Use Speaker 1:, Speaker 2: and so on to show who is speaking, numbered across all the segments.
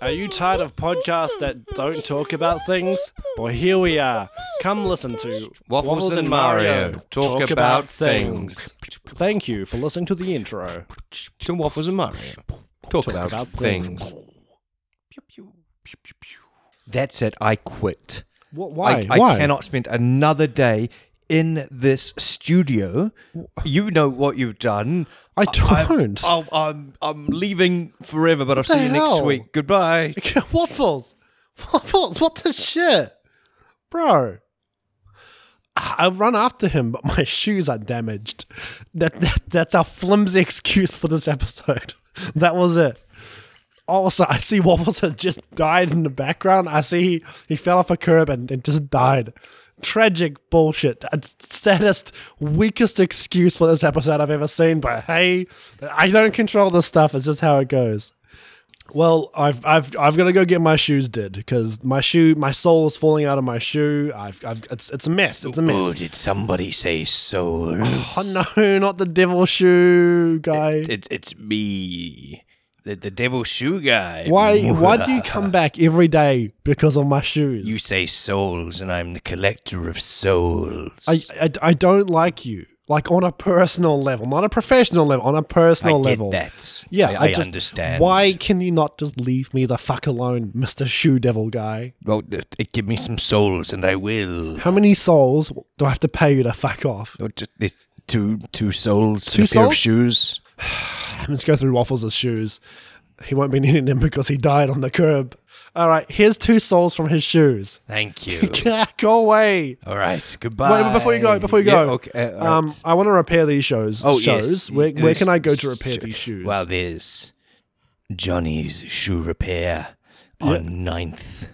Speaker 1: Are you tired of podcasts that don't talk about things? Well, here we are. Come listen to Waffles,
Speaker 2: and Mario talk about
Speaker 1: things. Thank you for listening to the intro.
Speaker 2: To waffles and Mario. Talk, about,
Speaker 1: about
Speaker 2: things.
Speaker 1: things.
Speaker 2: That's it. I quit.
Speaker 1: What,
Speaker 2: I, I cannot spend another day in this studio. You know what you've done.
Speaker 1: I don't.
Speaker 2: I, am I'm leaving forever, but I'll
Speaker 3: the
Speaker 2: see you next
Speaker 3: hell?
Speaker 2: week. Goodbye.
Speaker 3: Waffles. Waffles, what the shit? Bro. I run after him, but my shoes are damaged. That, that that's our flimsy excuse for this episode. That was it. Also, I see Waffles has just died in the background. I see he, he fell off a curb and, and just died. Tragic bullshit. That's the saddest, weakest excuse for this episode I've ever seen. But hey, I don't control this stuff. It's just how it goes. Well, I've I've I've got to go get my shoes did because my shoe my sole is falling out of my shoe. I've I've it's it's a mess. It's a mess.
Speaker 2: Oh, did somebody say so?
Speaker 3: Oh no, not the devil shoe guy.
Speaker 2: It's it's me, the the devil shoe guy.
Speaker 3: why why do you come back every day because of my shoes?
Speaker 2: You say souls, and I'm the collector of souls.
Speaker 3: I, I, I don't like you. Like on a personal level, not a professional level, on a personal
Speaker 2: I get
Speaker 3: level.
Speaker 2: that.
Speaker 3: Yeah,
Speaker 2: I,
Speaker 3: I,
Speaker 2: I
Speaker 3: just-
Speaker 2: understand.
Speaker 3: Why can you not just leave me the fuck alone, Mister Shoe Devil guy?
Speaker 2: Well, uh, uh, give me some souls, and I will.
Speaker 3: How many souls do I have to pay you to fuck off?
Speaker 2: Oh, ju- there's two two souls,
Speaker 3: Two
Speaker 2: and a pair of
Speaker 3: souls?
Speaker 2: shoes.
Speaker 3: Let's go through Waffles' shoes. He won't be needing them because he died on the curb. All right, here's two souls from his shoes.
Speaker 2: Thank you.
Speaker 3: Go away.
Speaker 2: all right. Goodbye.
Speaker 3: Wait, wait, before you go, before you
Speaker 2: Yeah,
Speaker 3: go,
Speaker 2: okay. all right.
Speaker 3: um, I want to repair these shows.
Speaker 2: oh yes.
Speaker 3: shows. Where,
Speaker 2: Y-
Speaker 3: where
Speaker 2: yes,
Speaker 3: can I go to repair
Speaker 2: sure.
Speaker 3: these shoes?
Speaker 2: Well, there's Johnny's shoe repair on 9th.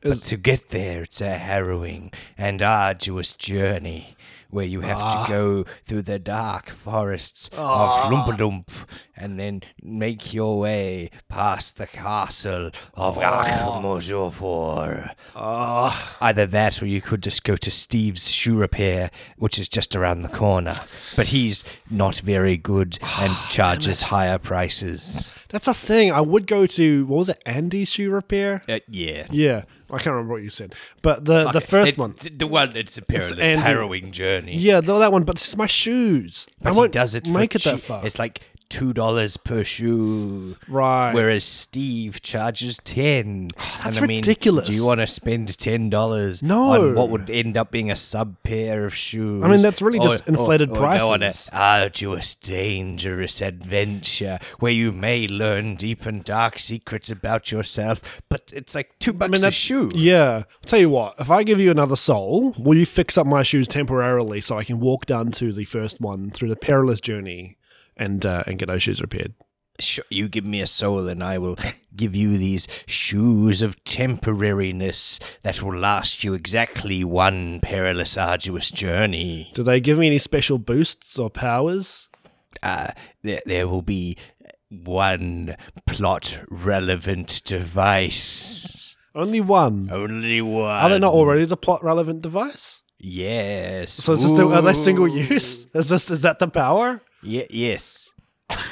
Speaker 2: But to get there, it's a harrowing and arduous journey where you have to go through the dark forests of Lumpadump and then make your way past the castle of Akhmozofor. Either that or you could just go to Steve's shoe repair, which is just around the corner. But he's not very good and charges higher prices.
Speaker 3: That's a thing. I would go to what was it, Andy's shoe repair?
Speaker 2: Uh, yeah.
Speaker 3: Yeah, I can't remember what you said, but the the first
Speaker 2: It's
Speaker 3: one.
Speaker 2: th- The one that's a perilous,
Speaker 3: Andy.
Speaker 2: harrowing journey.
Speaker 3: Yeah, though that one, but it's my shoes.
Speaker 2: But
Speaker 3: I
Speaker 2: he
Speaker 3: won't
Speaker 2: does it for
Speaker 3: make it that
Speaker 2: cheap.
Speaker 3: far.
Speaker 2: It's like two dollars per shoe,
Speaker 3: Right. Oh,
Speaker 2: Whereas Steve charges ten.
Speaker 3: that's
Speaker 2: and I mean,
Speaker 3: ridiculous.
Speaker 2: Do you want to spend ten dollars?
Speaker 3: No.
Speaker 2: on what would end up being a sub pair of shoes?
Speaker 3: I mean, that's really just inflated
Speaker 2: or Go on an
Speaker 3: prices.
Speaker 2: arduous, dangerous adventure where you may learn deep and dark secrets about yourself. But it's like two bucks a
Speaker 3: that's-
Speaker 2: shoe.
Speaker 3: Yeah. I'll tell you what, if I give you another soul, will you fix up my shoes temporarily so I can walk down to the first one through the perilous journey and uh, and get those shoes repaired?
Speaker 2: Sh- you give me a soul and I will give you these shoes of temporariness that will last you exactly one perilous, arduous journey.
Speaker 3: Do they give me any special boosts or powers?
Speaker 2: Uh, there, there will be one plot relevant device.
Speaker 3: Only one.
Speaker 2: Only one.
Speaker 3: Are they not already the plot relevant device?
Speaker 2: Yes.
Speaker 3: So is this the, are they single
Speaker 2: Ooh.
Speaker 3: use? Is this is that the power?
Speaker 2: Ye- yes.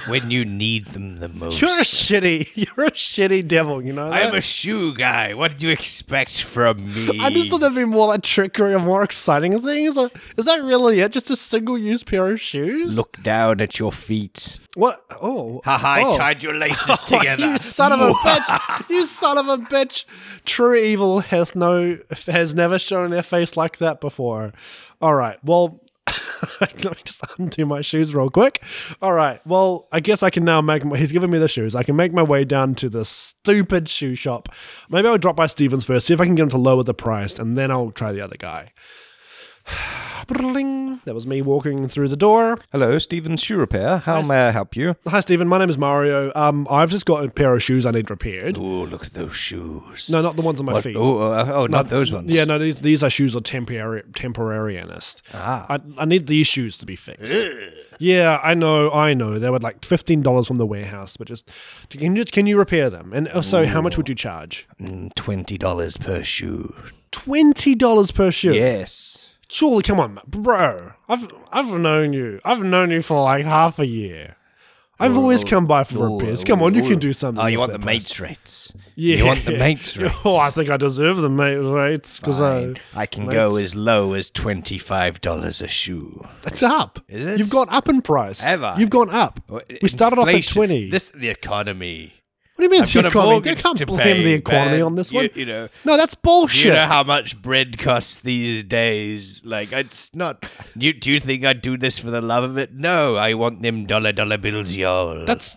Speaker 2: when you need them the most.
Speaker 3: You're a shitty, you're a shitty devil. You know.
Speaker 2: I'm
Speaker 3: that?
Speaker 2: a shoe guy. What do you expect from me?
Speaker 3: I just thought there'd be more like trickery and more exciting things. Like, Is that really it? Just a single use pair of shoes?
Speaker 2: Look down at your feet.
Speaker 3: What? Oh.
Speaker 2: Ha ha, I
Speaker 3: oh.
Speaker 2: tied your laces
Speaker 3: Oh,
Speaker 2: together.
Speaker 3: you son of a bitch! You son of a bitch! True evil hath no has never shown their face like that before. All right, well, let me just undo my shoes real quick. All right, well, I guess I can now make. My, he's given me the shoes. I can make my way down to the stupid shoe shop. Maybe I'll drop by Stevens first, see if I can get him to lower the price, and then I'll try the other guy. Bling. That was me walking through the door.
Speaker 2: Hello, Stephen Shoe Repair. How may I help you?
Speaker 3: Hi, Stephen. My name is Mario. Um, I've just got a pair of shoes I need repaired.
Speaker 2: Oh, look at those shoes.
Speaker 3: No, not the ones on my feet.
Speaker 2: Oh, uh, oh, not those ones.
Speaker 3: Yeah, no, these these are shoes are temporary temporarianist. Ah. I, I need these shoes to be fixed. yeah, I know, I know. They were like fifteen dollars from the warehouse, but just can you can you repair them? And also, how much would you charge?
Speaker 2: Mm, Twenty dollars per shoe.
Speaker 3: Twenty dollars per shoe.
Speaker 2: Yes.
Speaker 3: Surely, come on, bro. I've I've known you. I've known you for like half a year. I've
Speaker 2: Or-
Speaker 3: always
Speaker 2: or-
Speaker 3: come by for
Speaker 2: or-
Speaker 3: repairs. Come on, you
Speaker 2: or-
Speaker 3: can do something.
Speaker 2: Oh, you
Speaker 3: with
Speaker 2: want the
Speaker 3: that price.
Speaker 2: mates rates?
Speaker 3: Yeah.
Speaker 2: You want the mates rates?
Speaker 3: Oh, I think I deserve the mate rates because I.
Speaker 2: Fine. I can go
Speaker 3: mates-
Speaker 2: as low as twenty five dollars a shoe.
Speaker 3: It's up.
Speaker 2: Is it?
Speaker 3: You've gone up in price.
Speaker 2: Have I?
Speaker 3: You've gone up. We started off at
Speaker 2: Inflation.
Speaker 3: twenty.
Speaker 2: This the economy.
Speaker 3: what do you mean?
Speaker 2: I've got a
Speaker 3: The economy? You
Speaker 2: mortgage
Speaker 3: can't
Speaker 2: to
Speaker 3: blame
Speaker 2: pay,
Speaker 3: the economy
Speaker 2: man.
Speaker 3: on this
Speaker 2: You-
Speaker 3: one.
Speaker 2: you know.
Speaker 3: no, that's
Speaker 2: Do
Speaker 3: bullshit.
Speaker 2: you know how much bread costs these days? Like, it's not. You, do you think I'd do this for the love of it? No, I want them dollar dollar bills, y'all.
Speaker 3: that's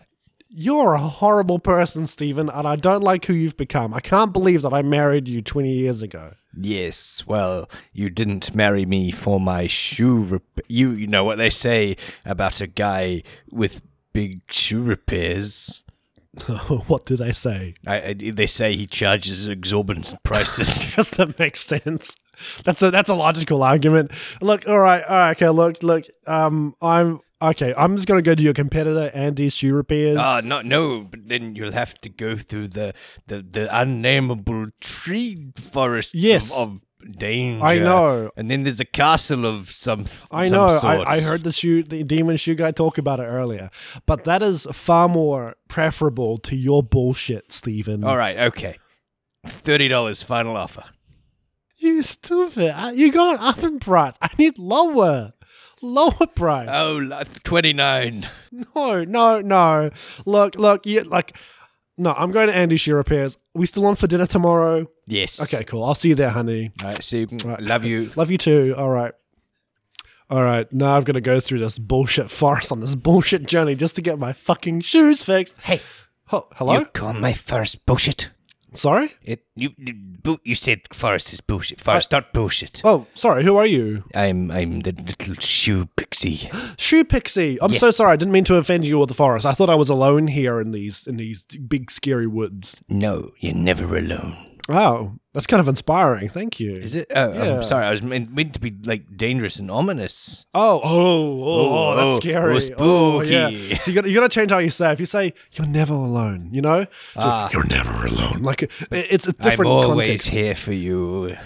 Speaker 3: you're a horrible person, Stephen, and I don't like who you've become. I can't believe that I married you twenty years ago.
Speaker 2: yes. Well, you didn't marry me for my shoe. Rep- you, you know what they say about a guy with big shoe repairs.
Speaker 3: what did I say?
Speaker 2: I, I, they say he charges exorbitant prices.
Speaker 3: Does that make sense? That's a that's a logical argument. Look, all right, all right, okay, look, look, um, I'm okay. I'm just gonna go to your competitor, Andy Shoe Repairs.
Speaker 2: Ah, no, no, but then you'll have to go through the the, the unnameable tree forest of-
Speaker 3: Yes.
Speaker 2: of, danger.
Speaker 3: I know.
Speaker 2: And then there's a castle of some
Speaker 3: I
Speaker 2: some
Speaker 3: know.
Speaker 2: sort.
Speaker 3: I, I heard the shoe, the demon shoe guy talk about it earlier, but that is far more preferable to your bullshit, Stephen.
Speaker 2: All right, okay. Thirty dollars final offer.
Speaker 3: You stupid! I- You're going up in price. I need lower, lower price.
Speaker 2: Oh, twenty nine.
Speaker 3: No, no, no. Look, look. You like. No, I'm going to Andy Shoe Repairs. We still on for dinner tomorrow?
Speaker 2: Yes.
Speaker 3: Okay, cool. I'll see you there, honey.
Speaker 2: All right. See. mm, Love you.
Speaker 3: Love you too. All right. All right. Now I'm going to go through this bullshit forest on this bullshit journey just to get my fucking shoes fixed.
Speaker 2: Hey.
Speaker 3: Oh, hello?
Speaker 2: You call my forest bullshit.
Speaker 3: Sorry?
Speaker 2: It you you, bu- you said forest is bullshit. Forest not bullshit.
Speaker 3: Oh, sorry. Who are you?
Speaker 2: I'm I'm the little shoe pixie.
Speaker 3: Shoe Pixie. I'm
Speaker 2: Yes.
Speaker 3: so sorry. I didn't mean to offend you or the forest. I thought I was alone here in these in these big scary woods.
Speaker 2: No, you're never alone.
Speaker 3: Oh, that's kind of inspiring. Thank you.
Speaker 2: Is it? Oh,
Speaker 3: Yeah.
Speaker 2: I'm sorry. I was meant, meant to be like dangerous and ominous.
Speaker 3: Oh, oh, oh,
Speaker 2: Oh,
Speaker 3: that's
Speaker 2: oh,
Speaker 3: scary.
Speaker 2: oh, spooky.
Speaker 3: yeah. So you got you got to change how you say. it. If you say you're never alone, you know,
Speaker 2: Ah.
Speaker 3: you're never alone. Like it, it's a different
Speaker 2: I'm always
Speaker 3: context.
Speaker 2: here for you.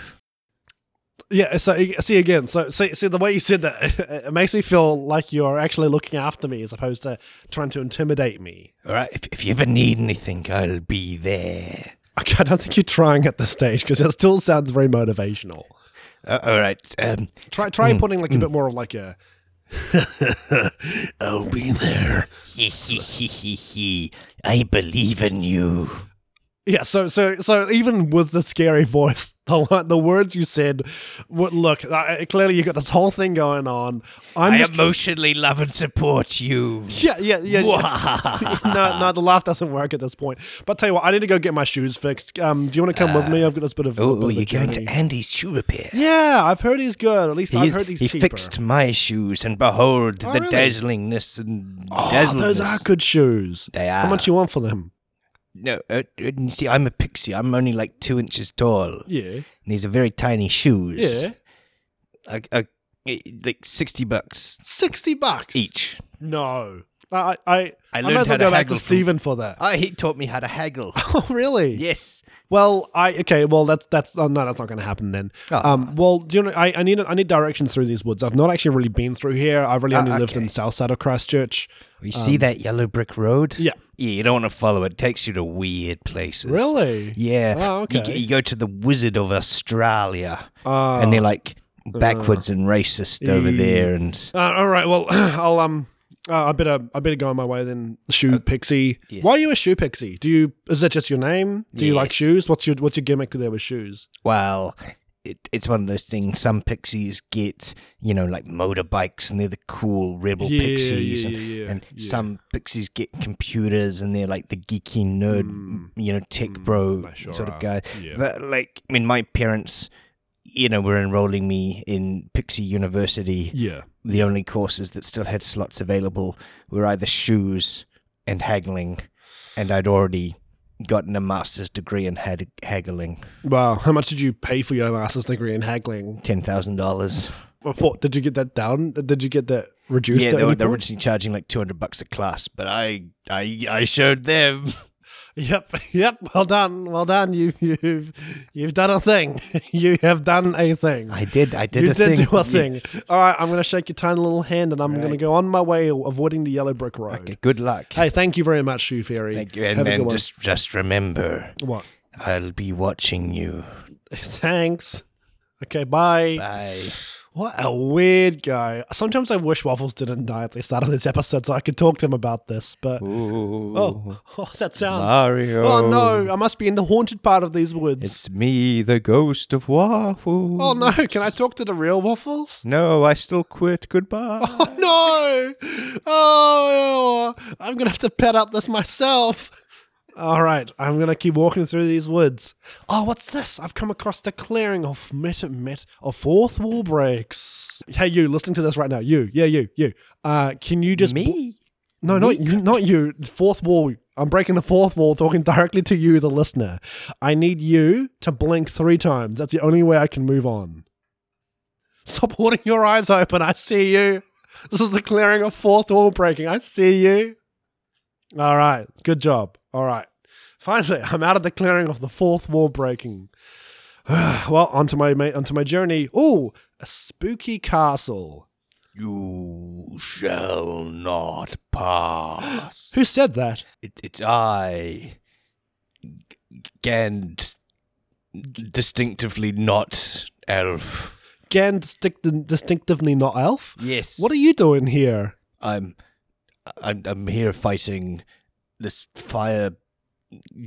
Speaker 3: Yeah. So see again. So see, see the way you said that, it, makes me feel like you're actually looking after me as opposed to trying to intimidate me.
Speaker 2: All right. If, if you ever need anything, I'll be there.
Speaker 3: Okay, I don't think you're trying at this stage because it still sounds very motivational.
Speaker 2: Uh, all right. Um,
Speaker 3: Try try putting like a bit more of like a. I'll Oh, be there.
Speaker 2: he, he, he, he, he. I believe in you.
Speaker 3: Yeah, so so so even with the scary voice, the wo- the words you said, were, look, I, I- clearly you got this whole thing going on. I'm
Speaker 2: I
Speaker 3: just,
Speaker 2: emotionally love and support you.
Speaker 3: yeah, yeah, yeah. yeah. no, no, the laugh doesn't work at this point. But tell you what, I need to go get my shoes fixed. Um, do you want to come with me? I've got this bit of. a bit
Speaker 2: Oh,
Speaker 3: of a
Speaker 2: you're going to
Speaker 3: journey.
Speaker 2: Andy's shoe repair.
Speaker 3: Yeah, I've heard he's good. At least I've
Speaker 2: He's-
Speaker 3: heard he's
Speaker 2: he
Speaker 3: cheaper.
Speaker 2: fixed my shoes, and behold,
Speaker 3: Oh,
Speaker 2: the
Speaker 3: really?
Speaker 2: dazzlingness and
Speaker 3: Oh,
Speaker 2: dazzlingness.
Speaker 3: those are good shoes.
Speaker 2: They
Speaker 3: How
Speaker 2: are.
Speaker 3: much you want for them?
Speaker 2: No, uh, uh, you see, I'm a pixie. I'm only like two inches tall.
Speaker 3: Yeah,
Speaker 2: These are very tiny shoes.
Speaker 3: yeah,
Speaker 2: I, I, eh, like sixty bucks
Speaker 3: sixty bucks
Speaker 2: each.
Speaker 3: No, I I
Speaker 2: E- I
Speaker 3: might
Speaker 2: learned
Speaker 3: as well
Speaker 2: how to
Speaker 3: go back to
Speaker 2: haggle from-
Speaker 3: Stephen for that.
Speaker 2: Oh, he taught me how to haggle.
Speaker 3: Oh, really?
Speaker 2: yes.
Speaker 3: Well, I okay. Well, that's that's oh, no, that's not going to happen then.
Speaker 2: Ah.
Speaker 3: Um, well, do you know, I, I need I need directions through these woods. I've not actually really been through here. I've really
Speaker 2: Ah,
Speaker 3: only lived in
Speaker 2: okay.
Speaker 3: south side of Christchurch.
Speaker 2: Oh, You see that yellow brick road?
Speaker 3: um, Yeah.
Speaker 2: Yeah, you don't want to follow it. It takes you to weird places.
Speaker 3: Really?
Speaker 2: Yeah.
Speaker 3: Oh,
Speaker 2: You
Speaker 3: okay.
Speaker 2: g- You, go to the Wizard of Australia,
Speaker 3: Uh,
Speaker 2: and they're like backwards and racist over
Speaker 3: Ew.
Speaker 2: there. And
Speaker 3: uh, all right. Well, I'll um. Uh, I better I better go on my way then. Shoe pixie.
Speaker 2: Uh, yes.
Speaker 3: Why are you a shoe pixie? Do you is that just your name? Do you like
Speaker 2: Yes.
Speaker 3: shoes? What's your what's your gimmick there with shoes?
Speaker 2: well, it, it's one of those things. Some pixies get, you know, like motorbikes, and they're the cool rebel
Speaker 3: Yeah,
Speaker 2: pixies.
Speaker 3: yeah,
Speaker 2: and
Speaker 3: yeah, yeah,
Speaker 2: and
Speaker 3: yeah.
Speaker 2: some pixies get computers, and they're like the geeky nerd, you know, tech bro
Speaker 3: Mm. they sure
Speaker 2: sort of
Speaker 3: are.
Speaker 2: guy.
Speaker 3: Yeah.
Speaker 2: But like, I mean, my parents. You know, were enrolling me in Pixie University.
Speaker 3: Yeah.
Speaker 2: the only courses that still had slots available were either shoes and haggling, and I'd already gotten a master's degree in hag- haggling,
Speaker 3: Wow. How much did you pay for your master's degree in haggling?
Speaker 2: ten thousand dollars.
Speaker 3: Well, what- did you get that down? Did you get that reduced?
Speaker 2: Yeah,
Speaker 3: at
Speaker 2: they
Speaker 3: any
Speaker 2: were, they were
Speaker 3: point?
Speaker 2: originally charging like two hundred bucks a class, but I I I showed them.
Speaker 3: Yep, yep. Well done, well done. You, you've you've done a thing. You have done a thing.
Speaker 2: I did. I did
Speaker 3: you
Speaker 2: a
Speaker 3: did
Speaker 2: thing.
Speaker 3: do a thing.
Speaker 2: Yes.
Speaker 3: All right, I'm going to shake your tiny little hand, and I'm going to
Speaker 2: Right.
Speaker 3: go on my way, avoiding the yellow brick road.
Speaker 2: Okay, good luck.
Speaker 3: Hey, thank you very much, Shoe Fairy.
Speaker 2: Thank you. And,
Speaker 3: Have a
Speaker 2: and
Speaker 3: good
Speaker 2: just, just remember,
Speaker 3: one. What?
Speaker 2: I'll be watching you.
Speaker 3: Thanks. Okay, bye.
Speaker 2: Bye.
Speaker 3: What a weird guy. Sometimes I wish Waffles didn't die at the start of this episode so I could talk to him about this, but.
Speaker 2: Ooh,
Speaker 3: Oh, oh, that sound.
Speaker 2: Mario.
Speaker 3: Oh no, I must be in the haunted part of these woods.
Speaker 2: It's me, the ghost of Waffle.
Speaker 3: oh no, can I talk to the real waffles?
Speaker 2: No, I still quit. Goodbye.
Speaker 3: Oh no! Oh, I'm gonna have to pet out this myself. All right, I'm gonna keep walking through these woods. Oh, what's this? I've come across the clearing of met met of fourth wall breaks. Hey, you listening to this right now? You, yeah, you, you. Uh, can you just
Speaker 2: me?
Speaker 3: No, not you, not you. Fourth wall. I'm breaking the fourth wall, talking directly to you, the listener. I need you to blink three times. That's the only way I can move on. Stop holding your eyes open. I see you. This is the clearing of fourth wall breaking. I see you. All right. Good job. All right. Finally, I'm out of the clearing of the fourth wall breaking. well, onto my ma- onto my journey. Ooh, a spooky castle.
Speaker 2: You shall not pass.
Speaker 3: Who said that?
Speaker 2: it, it's I. G- Gand. Distinctively not elf.
Speaker 3: Again, distinct- distinctively not elf.
Speaker 2: Yes.
Speaker 3: What are you doing here?
Speaker 2: I'm, I'm, I'm here fighting this fire,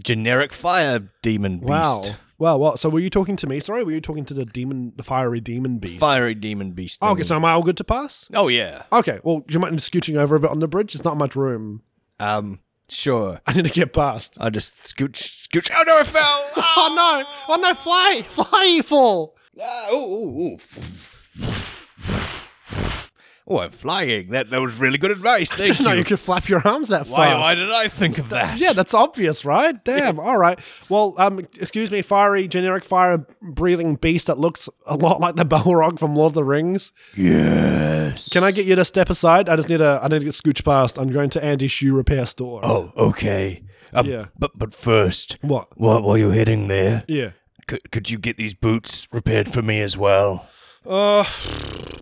Speaker 2: generic fire demon beast.
Speaker 3: Wow. Well, what? So were you talking to me? Sorry, were you talking to the demon, the fiery demon beast?
Speaker 2: Fiery demon beast.
Speaker 3: Oh, okay,
Speaker 2: thing.
Speaker 3: so am I all good to pass?
Speaker 2: oh yeah.
Speaker 3: Okay, well, do you mind scooching over a bit on the bridge? There's not much room.
Speaker 2: Um. Sure.
Speaker 3: I need to get past.
Speaker 2: I just scooch, scooch. Oh no! I fell.
Speaker 3: Oh no! Oh no! Fly! Fly! You fall!
Speaker 2: Ah, ooh, ooh, ooh. Oh, I'm flying. That that was really good advice. Thank
Speaker 3: no, you.
Speaker 2: you.
Speaker 3: can flap your arms that far.
Speaker 2: Why, why did I think of that?
Speaker 3: yeah, that's obvious, right? Damn. All right. Well, um, excuse me, fiery, generic fire-breathing beast that looks a lot like the Balrog from Lord of the Rings.
Speaker 2: Yes.
Speaker 3: Can I get you to step aside? I just need a. I need to get scooch past. I'm going to Andy's shoe repair store.
Speaker 2: Oh, okay. Um,
Speaker 3: Yeah.
Speaker 2: But but first,
Speaker 3: What?
Speaker 2: while while you're hitting there,
Speaker 3: Yeah.
Speaker 2: could could you get these boots repaired for me as well?
Speaker 3: Uh,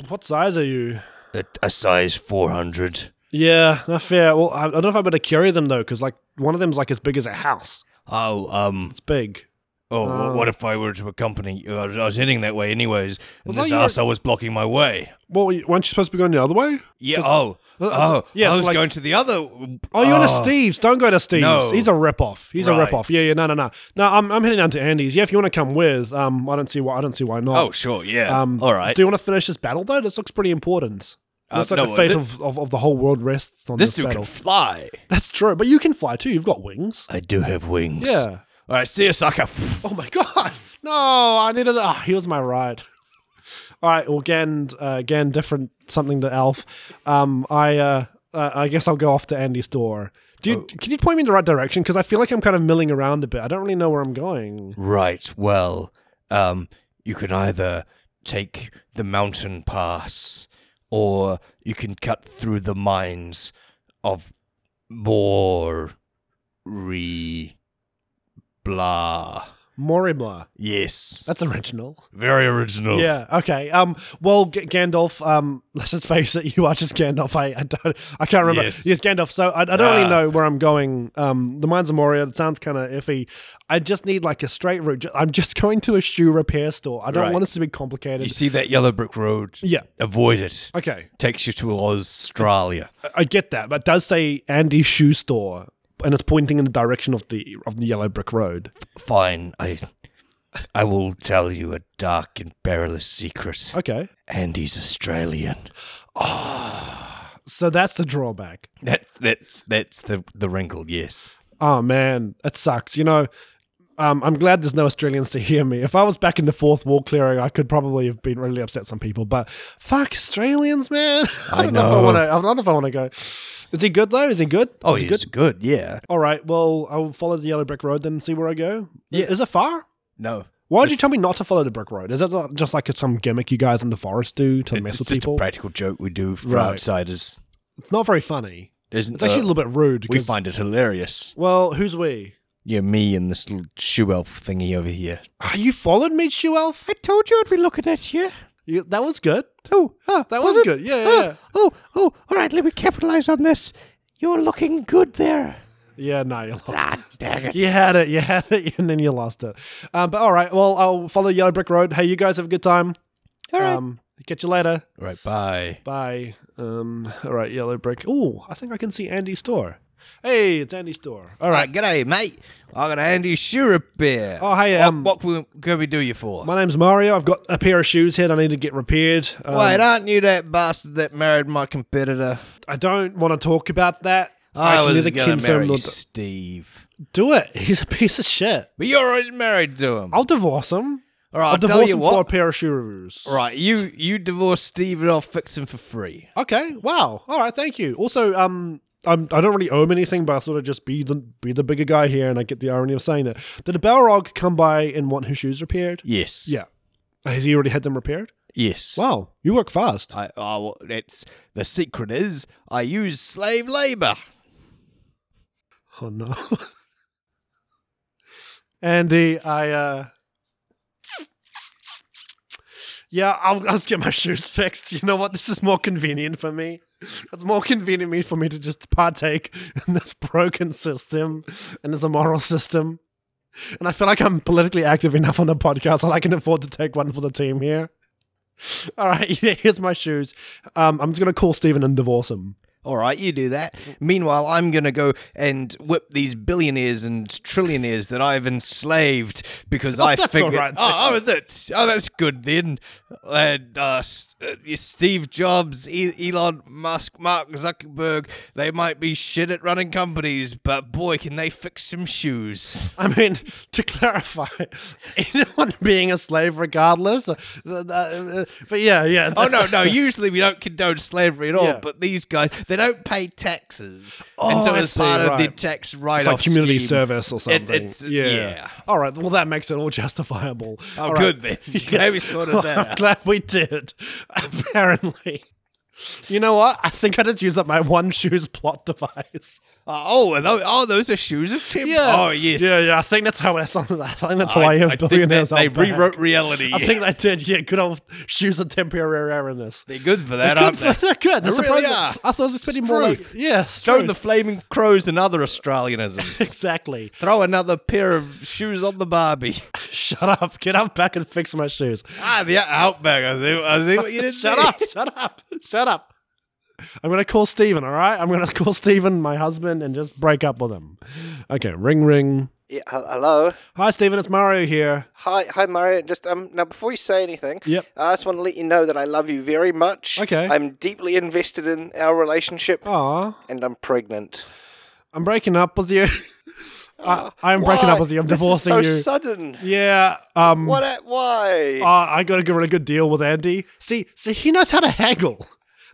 Speaker 3: what size are you?
Speaker 2: A, a size four hundred.
Speaker 3: Yeah, not fair. Well, I, I don't know if I'm going to carry them though, because like one of them's like as big as a house.
Speaker 2: Oh, um,
Speaker 3: It's big.
Speaker 2: oh, wh- what if I were to accompany you? I was, I was heading that way anyways, and
Speaker 3: Well,
Speaker 2: this
Speaker 3: no, you're-
Speaker 2: arsehole was blocking my way.
Speaker 3: Well, you- weren't you supposed to be going the other way?
Speaker 2: Yeah. Oh. Oh.
Speaker 3: yeah,
Speaker 2: I
Speaker 3: so
Speaker 2: was
Speaker 3: uh, like-
Speaker 2: going to the other.
Speaker 3: Oh, you're on to Steve's. Don't go to Steve's.
Speaker 2: No.
Speaker 3: He's a ripoff. He's a
Speaker 2: Right.
Speaker 3: ripoff. Yeah, yeah. No, no, no. No, I'm, I'm heading down to Andy's. Yeah, if you want to come with, um, I don't see why. I don't see why not.
Speaker 2: Oh, sure. Yeah.
Speaker 3: Um,
Speaker 2: All right.
Speaker 3: Do you want to finish this battle though? This looks pretty important.
Speaker 2: Uh,
Speaker 3: That's like
Speaker 2: no,
Speaker 3: the fate
Speaker 2: thi-
Speaker 3: of, of, of the whole world rests on
Speaker 2: this
Speaker 3: this,
Speaker 2: dude
Speaker 3: battle.
Speaker 2: can fly.
Speaker 3: That's true, but you can fly too. You've got wings.
Speaker 2: I do have wings.
Speaker 3: Yeah.
Speaker 2: All right. See you, sucker.
Speaker 3: Oh my god! No, I needed. Ah, he was my ride. All right. Well, again, uh, again, different something to Elf. Um, I uh, uh, I guess I'll go off to Andy's door. Do you, Can you point me in the right direction? Because I feel like I'm kind of milling around a bit. I don't really know where I'm going.
Speaker 2: Right. Well, um, you can either take the mountain pass, or you can cut through the mines of Bori. Blah.
Speaker 3: Moribla.
Speaker 2: Yes.
Speaker 3: That's original.
Speaker 2: Very original.
Speaker 3: Yeah. Okay. Um. Well, G- Gandalf. Um. Let's just face it. You are just Gandalf. I. I don't. I can't remember.
Speaker 2: Yes.
Speaker 3: Yes. Gandalf. So I, I don't really
Speaker 2: Ah.
Speaker 3: know where I'm going. Um. The Mines of Moria. That sounds kind of iffy. I just need like a straight route. Ju- I'm just going to a shoe repair store. I don't
Speaker 2: Right.
Speaker 3: want this to be
Speaker 2: You
Speaker 3: complicated.
Speaker 2: see that yellow brick road?
Speaker 3: Yeah.
Speaker 2: Avoid it.
Speaker 3: Okay.
Speaker 2: Takes you to Australia.
Speaker 3: I- I get that, but it does say Andy's shoe store, and it's pointing in the direction of the of the yellow brick road.
Speaker 2: Fine, I I will tell you a dark and perilous secret.
Speaker 3: Okay.
Speaker 2: Andy's Australian.
Speaker 3: Ah, So that's the drawback.
Speaker 2: That that's that's the the wrinkle, yes.
Speaker 3: Oh man, it sucks. You know, um, I'm glad there's no Australians to hear me. If I was back in the fourth wall clearing, I could probably have been really upset some people. But fuck Australians, man. I,
Speaker 2: I
Speaker 3: don't know. if I
Speaker 2: know.
Speaker 3: want to. I don't know if I want to go. Is he good though? Is he good?
Speaker 2: Oh,
Speaker 3: Is he
Speaker 2: he's
Speaker 3: good.
Speaker 2: good? yeah.
Speaker 3: All right. Well, I'll follow the yellow brick road then and see where I go.
Speaker 2: Yeah.
Speaker 3: Is it far?
Speaker 2: No,
Speaker 3: Why did you tell me not to follow the brick road? Is that not just like some gimmick you guys in the forest do to mess
Speaker 2: it's
Speaker 3: with
Speaker 2: just
Speaker 3: people?
Speaker 2: a practical joke we do for
Speaker 3: Right.
Speaker 2: outsiders.
Speaker 3: it's not very funny.
Speaker 2: Isn't
Speaker 3: It's actually a
Speaker 2: uh,
Speaker 3: little bit rude.
Speaker 2: we
Speaker 3: 'cause-
Speaker 2: find it hilarious.
Speaker 3: well, who's we?
Speaker 2: Yeah, me and this little shoe elf thingy over here.
Speaker 3: Ah, you followed me, Shoe Elf?
Speaker 2: I told you I'd be looking at you.
Speaker 3: You, that was good.
Speaker 2: Oh, ah,
Speaker 3: That was
Speaker 2: it?
Speaker 3: good. Yeah,
Speaker 2: Ah,
Speaker 3: yeah, yeah.
Speaker 2: Oh, oh, all right, let me capitalize on this. You're looking good there.
Speaker 3: Yeah, no, you lost.
Speaker 2: Ah, dang it.
Speaker 3: You had it, you had it, and then you lost it. Um, but all right, well, I'll follow Yellow Brick Road. Hey, you guys have a good time.
Speaker 2: All right.
Speaker 3: Um, catch you later.
Speaker 2: all right, bye.
Speaker 3: Bye. Um, all right, Yellow Brick. Oh, I think I can see Andy's door. Hey, it's Andy's Uh, door. All
Speaker 2: All
Speaker 3: right.
Speaker 2: right, Uh, g'day, mate. I got Andy Sure beer.
Speaker 3: Oh, hey,
Speaker 2: What-
Speaker 3: um,
Speaker 2: what, we- could we do you for?
Speaker 3: My name's Mario. I've got a pair of shoes here that I need to get repaired. Um,
Speaker 2: Wait, aren't you that bastard that married my competitor? Oh,
Speaker 3: I don't want to talk about that.
Speaker 2: I
Speaker 3: can
Speaker 2: was
Speaker 3: neither
Speaker 2: going to marry
Speaker 3: nor d-
Speaker 2: Steve.
Speaker 3: do it. He's a piece of shit.
Speaker 2: But you're already married to him.
Speaker 3: I'll divorce him.
Speaker 2: All right,
Speaker 3: I'll,
Speaker 2: I'll
Speaker 3: divorce
Speaker 2: tell you
Speaker 3: him
Speaker 2: what.
Speaker 3: for a pair of shoe reviews.
Speaker 2: Right, you you divorce Steve and I'll fix him for free.
Speaker 3: Okay. Wow. All right. Thank you. Also, um, I'm, I don't really owe him anything, but I thought I'd just be the be the bigger guy here, and I get the irony of saying it. Did a Balrog come by and want his shoes repaired?
Speaker 2: Yes.
Speaker 3: Yeah. Has he already had them repaired?
Speaker 2: Yes.
Speaker 3: Wow. You work fast.
Speaker 2: I, I well, it's the secret is I use slave labor.
Speaker 3: Oh no. Andy, I uh Yeah, I'll, I'll get my shoes fixed. You know what? This is more convenient for me. It's more convenient me- for me to just partake in this broken system and this immoral system. And I feel like I'm politically active enough on the podcast that I can afford to take one for the team here. All right, yeah, here's my shoes. Um, I'm just gonna call Steven and divorce him.
Speaker 2: All right, you do that.
Speaker 3: Mm.
Speaker 2: Meanwhile, I'm going to go and whip these billionaires and trillionaires that I've enslaved because I
Speaker 3: that's
Speaker 2: figured.
Speaker 3: all right
Speaker 2: oh, oh, is it? Oh, that's good then. And uh, S- uh, Steve Jobs, E- Elon Musk, Mark Zuckerberg, they might be shit at running companies, but boy, can they fix some shoes.
Speaker 3: I mean, to clarify, anyone being a slave, regardless. uh, uh, But yeah, yeah.
Speaker 2: Oh no, no. Usually we don't condone slavery at all,
Speaker 3: Yeah.
Speaker 2: but these guys they don't pay taxes,
Speaker 3: Oh,
Speaker 2: and so
Speaker 3: I
Speaker 2: it's
Speaker 3: see,
Speaker 2: part of their
Speaker 3: right.
Speaker 2: tax
Speaker 3: It's
Speaker 2: write-off.
Speaker 3: like community
Speaker 2: scheme.
Speaker 3: service or
Speaker 2: It-
Speaker 3: something.
Speaker 2: it's- uh, yeah.
Speaker 3: All right. Well, that makes it all justifiable.
Speaker 2: Oh,
Speaker 3: All right.
Speaker 2: good then. Glad we sorted that
Speaker 3: I'm
Speaker 2: out.
Speaker 3: glad we did. Apparently. You know what? I think I just used up my one shoes plot device.
Speaker 2: Oh, and tho- oh, those are shoes of Tim.
Speaker 3: Yeah.
Speaker 2: Oh, yes.
Speaker 3: Yeah, yeah. I think that's how I think that's how
Speaker 2: I,
Speaker 3: I, have
Speaker 2: I think
Speaker 3: billionaires.
Speaker 2: that they
Speaker 3: out back.
Speaker 2: rewrote reality.
Speaker 3: I think they did. Yeah, good old shoes of temporary erroriness.
Speaker 2: they're good for that,
Speaker 3: They're
Speaker 2: aren't
Speaker 3: good. For,
Speaker 2: they?
Speaker 3: they're good. They're
Speaker 2: They really
Speaker 3: surprising.
Speaker 2: are.
Speaker 3: I thought I was expecting more like
Speaker 2: Struth.
Speaker 3: yeah,
Speaker 2: Throw the
Speaker 3: struth.
Speaker 2: flaming crows and other Australianisms.
Speaker 3: exactly.
Speaker 2: Throw another pair of shoes on the Barbie.
Speaker 3: Shut up. Get up back and fix my shoes.
Speaker 2: Ah, the Outback. I see, I see what you did
Speaker 3: Shut
Speaker 2: there.
Speaker 3: up. Shut up. Shut up. I'm gonna call Steven, all right? I'm gonna call Steven, my husband, and just break up with him. Okay, ring ring.
Speaker 4: Yeah, hel- hello.
Speaker 3: Hi Steven, it's Mario here.
Speaker 4: Hi, hi, Mario. Just um, now before you say anything,
Speaker 3: Yep.
Speaker 4: I just want to let you know that I love you very much.
Speaker 3: Okay.
Speaker 4: I'm deeply invested in our relationship,
Speaker 3: Aw.
Speaker 4: and I'm pregnant.
Speaker 3: I'm breaking up with you. I, I'm breaking up
Speaker 4: Why?
Speaker 3: with you. I'm
Speaker 4: This is
Speaker 3: divorcing
Speaker 4: so
Speaker 3: you.
Speaker 4: Sudden.
Speaker 3: yeah. Um
Speaker 4: What? At, why?
Speaker 3: Uh, I got to give her a good deal with Andy. See, see, he knows how to haggle.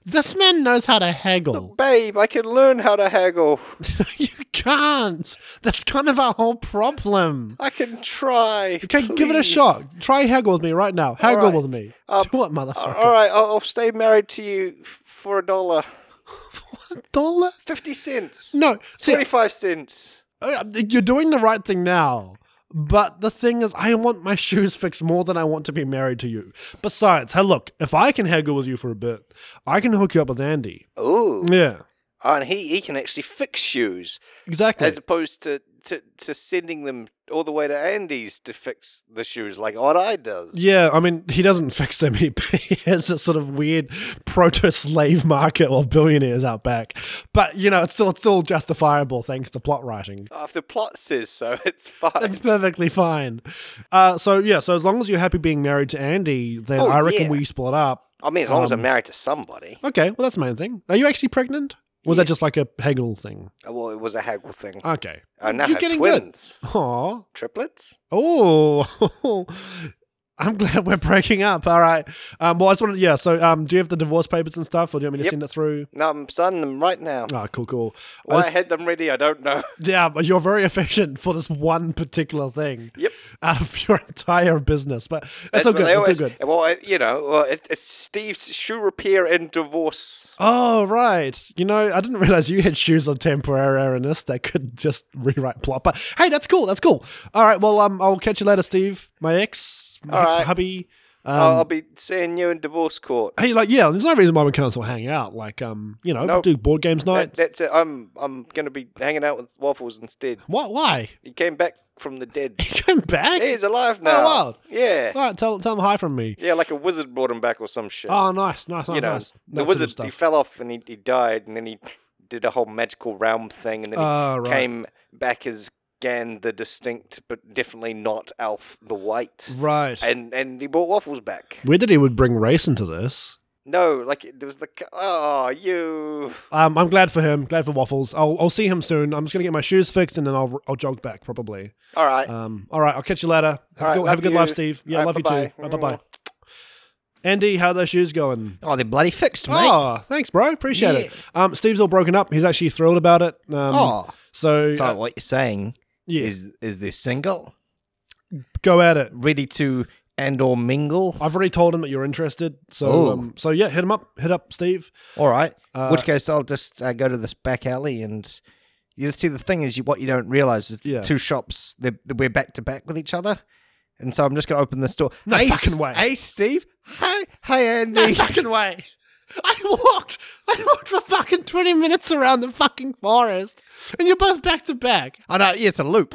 Speaker 3: This man knows how to haggle.
Speaker 4: Babe, I can learn how to haggle.
Speaker 3: you can't. That's kind of our whole problem.
Speaker 4: I can try.
Speaker 3: Okay, give it a
Speaker 4: please.
Speaker 3: shot. Try haggle with me right now. Haggle
Speaker 4: right.
Speaker 3: with me.
Speaker 4: Um,
Speaker 3: Do it,
Speaker 4: A-
Speaker 3: motherfucker.
Speaker 4: All right, I'll, I'll stay married to you f- for a dollar,
Speaker 3: Dollar?
Speaker 4: fifty cents,
Speaker 3: No. See,
Speaker 4: twenty-five cents.
Speaker 3: uh, you're doing the right thing now. But the thing is, I want my shoes fixed more than I want to be married to you. Besides, hey, look, if I can haggle with you for a bit, I can hook you up with Andy.
Speaker 4: Ooh,
Speaker 3: Yeah,
Speaker 4: Oh, and he he can actually fix shoes.
Speaker 3: exactly.
Speaker 4: as opposed to, to, to sending them all the way to Andy's to fix the shoes like Odd Eye does.
Speaker 3: Yeah, I mean, he doesn't fix them. He, he has a sort of weird proto-slave market of billionaires out back. But you know, it's still it's all justifiable thanks to plot writing.
Speaker 4: Oh, if the plot says so, it's fine.
Speaker 3: That's perfectly fine. Uh, so yeah, so as long as you're happy being married to Andy, then
Speaker 4: Oh,
Speaker 3: I reckon
Speaker 4: yeah.
Speaker 3: we split up.
Speaker 4: I mean, as long as
Speaker 3: um,
Speaker 4: I'm married to somebody.
Speaker 3: Okay, well that's the main thing. Are you actually pregnant? Or Was that
Speaker 4: Yes.
Speaker 3: just like a haggle thing?
Speaker 4: Oh, Well, it was a haggle thing.
Speaker 3: Okay.
Speaker 4: oh, now
Speaker 3: Uh, you're
Speaker 4: have
Speaker 3: getting good.
Speaker 4: twins.
Speaker 3: Aw.
Speaker 4: Triplets?
Speaker 3: Oh. I'm glad we're breaking up. All right. Um, well, I just wanted, yeah. So, um, do you have the divorce papers and stuff, or do you want me to
Speaker 4: Yep.
Speaker 3: send it through?
Speaker 4: No, I'm signing them right now.
Speaker 3: Ah, cool, cool.
Speaker 4: Why
Speaker 3: I
Speaker 4: I
Speaker 3: just-
Speaker 4: had them ready, I don't know.
Speaker 3: yeah, but you're very efficient for this one particular thing.
Speaker 4: Yep.
Speaker 3: Out of your entire business, but that's all
Speaker 4: what
Speaker 3: good.
Speaker 4: they
Speaker 3: That's all
Speaker 4: always-
Speaker 3: good.
Speaker 4: Well, I- you know, well, it, it's Steve's shoe repair and divorce.
Speaker 3: Oh right. You know, I didn't realize you had shoes of temporariness that could just rewrite plot. But hey, that's cool. That's cool. All right. Well, um, I'll catch you later, Steve. My ex, my
Speaker 4: All
Speaker 3: ex
Speaker 4: right.
Speaker 3: hubby. Um,
Speaker 4: I'll I'll be seeing you in divorce court.
Speaker 3: hey, like, yeah, there's no reason why we can't still hang out. Like, um, you know,
Speaker 4: Nope.
Speaker 3: do board games
Speaker 4: That,
Speaker 3: nights.
Speaker 4: that's it. I'm I'm gonna be hanging out with Waffles instead.
Speaker 3: what? Why?
Speaker 4: He came back from the dead.
Speaker 3: He Oh, came back.
Speaker 4: He's alive now.
Speaker 3: wild.
Speaker 4: Yeah.
Speaker 3: All right. Tell tell him hi from me.
Speaker 4: Yeah, like a wizard brought him back or some shit.
Speaker 3: Oh, nice, nice, nice,
Speaker 4: you know,
Speaker 3: nice.
Speaker 4: the
Speaker 3: That sort of
Speaker 4: wizard he
Speaker 3: stuff.
Speaker 4: fell off and he, he died and then he did a whole magical realm thing and then he
Speaker 3: Ah, right.
Speaker 4: came back as Gan the distinct, but definitely not Alf the White.
Speaker 3: Right.
Speaker 4: And and he brought waffles back.
Speaker 3: Weird that he would bring race into this.
Speaker 4: No, like it- there was the c- oh you
Speaker 3: Um, I'm glad for him. Glad for Waffles. I'll, I'll see him soon. I'm just gonna get my shoes fixed and then I'll I'll jog back probably.
Speaker 4: all right.
Speaker 2: Uh,
Speaker 3: Um, all right. I'll catch you later. Have,
Speaker 4: All right,
Speaker 3: a, good, have
Speaker 4: love
Speaker 3: a good life,
Speaker 4: you.
Speaker 3: Steve. Yeah,
Speaker 4: All
Speaker 3: love
Speaker 4: right,
Speaker 3: you too.
Speaker 4: bye-bye.
Speaker 3: Bye bye. Andy, how are those shoes going?
Speaker 2: Oh, they bloody fixed, mate.
Speaker 3: Oh, thanks, bro. Appreciate it. Um, Steve's all broken up. He's actually thrilled about it. Um,
Speaker 2: oh.
Speaker 3: so,
Speaker 2: So
Speaker 3: uh,
Speaker 2: what you're saying
Speaker 3: yeah,
Speaker 2: is is this single
Speaker 3: go at it.
Speaker 2: ready to and or mingle?
Speaker 3: I've already told him that you're interested. So,
Speaker 2: Oh.
Speaker 3: um, so yeah, hit him up. Hit up Steve.
Speaker 2: All right.
Speaker 3: Uh,
Speaker 2: Which case, I'll just uh, go to this back alley and. You see, the thing is, you, what you don't realize is the
Speaker 3: Yeah.
Speaker 2: two shops they're, they're- we're back to back with each other, and so I'm just going to open this door.
Speaker 3: No
Speaker 2: hey,
Speaker 3: fucking
Speaker 2: S-
Speaker 3: way.
Speaker 2: Hey, Steve. Hey, hey,
Speaker 3: No
Speaker 2: Andy.
Speaker 3: fucking way. I walked. I walked for fucking twenty minutes around the fucking forest, and you're both back to back.
Speaker 2: I know. Yeah, it's a loop.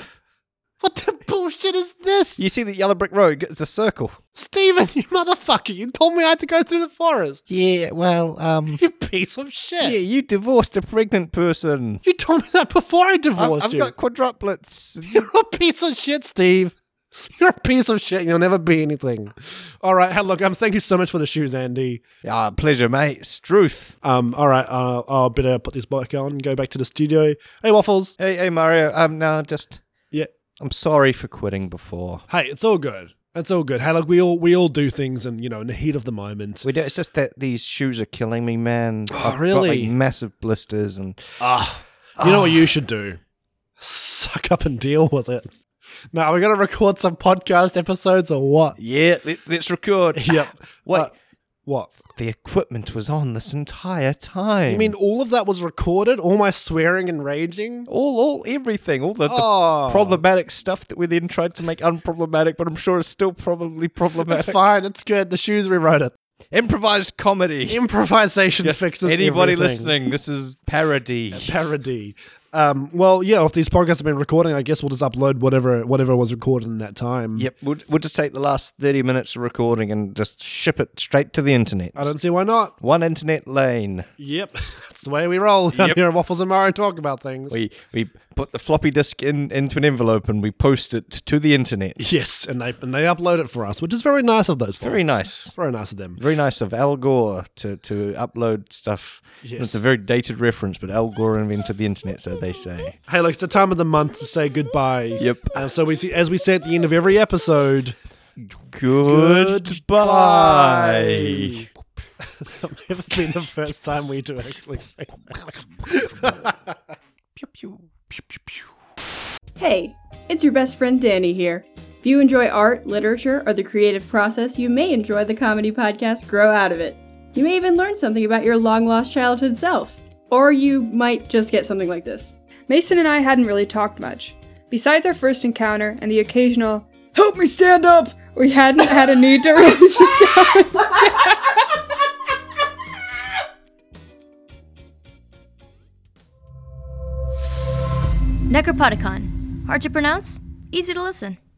Speaker 3: What the bullshit is this,
Speaker 2: You see the yellow brick road? It's a circle.
Speaker 3: Steven? You motherfucker! You told me I had to go through the forest.
Speaker 2: Yeah. Well, um.
Speaker 3: You piece of shit.
Speaker 2: Yeah, you divorced a pregnant person.
Speaker 3: You told me that before I
Speaker 2: I've,
Speaker 3: divorced
Speaker 2: I've
Speaker 3: you.
Speaker 2: got quadruplets.
Speaker 3: You're a piece of shit, Steve. You're a piece of shit. You'll never be anything. All right. Hey, look, um, thank you so much for the shoes, Andy.
Speaker 2: Ah, pleasure, mate. Struth.
Speaker 3: Um, all right. Uh, I'll better put this bike on and go back to the studio. Hey, Waffles.
Speaker 2: Hey, hey, Mario. Um, no, just
Speaker 3: Yeah.
Speaker 2: I'm sorry for quitting before.
Speaker 3: Hey, it's all good. It's all good. Hey, look, we all we all do things, and you know, in the heat of the moment.
Speaker 2: We do, it's just that these shoes are killing me, man.
Speaker 3: Oh,
Speaker 2: I've got, like,
Speaker 3: really?
Speaker 2: massive blisters and
Speaker 3: Ah, you know what you should do? Suck up and deal with it. Now we're gonna record some podcast episodes or what?
Speaker 2: yeah. Let, us record.
Speaker 3: Yep.
Speaker 2: Wait,
Speaker 3: Uh, what?
Speaker 2: the equipment was on this entire time.
Speaker 3: You mean all of that was recorded? All my swearing and raging?
Speaker 2: all, all, everything, all the, the
Speaker 3: Oh,
Speaker 2: problematic stuff that we then tried to make unproblematic, but I'm sure it's still probably
Speaker 3: It's
Speaker 2: problematic.
Speaker 3: fine. It's good. The shoes rewrote it.
Speaker 2: Improvised comedy.
Speaker 3: Improvisation
Speaker 2: Just
Speaker 3: fixes
Speaker 2: anybody
Speaker 3: everything.
Speaker 2: listening, this is parody.
Speaker 3: parody. Um, well, yeah. If these podcasts have been recording, I guess we'll just upload whatever whatever was recorded in that time.
Speaker 2: Yep, we'll, we'll just take the last 30 minutes of recording and just ship it straight to the internet.
Speaker 3: I don't see why not.
Speaker 2: One internet lane.
Speaker 3: Yep, that's the way we roll down
Speaker 2: Yep.
Speaker 3: here at Waffles and Mario talk about things.
Speaker 2: We we put the floppy disk in into an envelope and we post it to the internet.
Speaker 3: Yes, and they and they upload it for us, which is very nice of those. Folks.
Speaker 2: Very nice.
Speaker 3: very nice of them.
Speaker 2: Very nice of Al Gore to, to upload stuff.
Speaker 3: Yes.
Speaker 2: It's a very dated reference, but Al Gore invented the internet, so they say.
Speaker 3: Hey, look, it's the time of the month to say goodbye.
Speaker 2: Yep.
Speaker 3: Um, so we see, as we say at the end of every episode,
Speaker 2: Goodbye.
Speaker 3: that may have been the first time we do actually say.
Speaker 5: Hey, it's your best friend Danny here. If you enjoy art, literature, or the creative process, you may enjoy the comedy podcast Grow Out of It. You may even learn something about your long lost childhood self. Or you might just get something like this.
Speaker 6: Mason and I hadn't really talked much. Besides our first encounter and the occasional, help me stand up, we hadn't had a need to really sit down. and chat.
Speaker 7: Necropodicon. Hard to pronounce, easy to listen.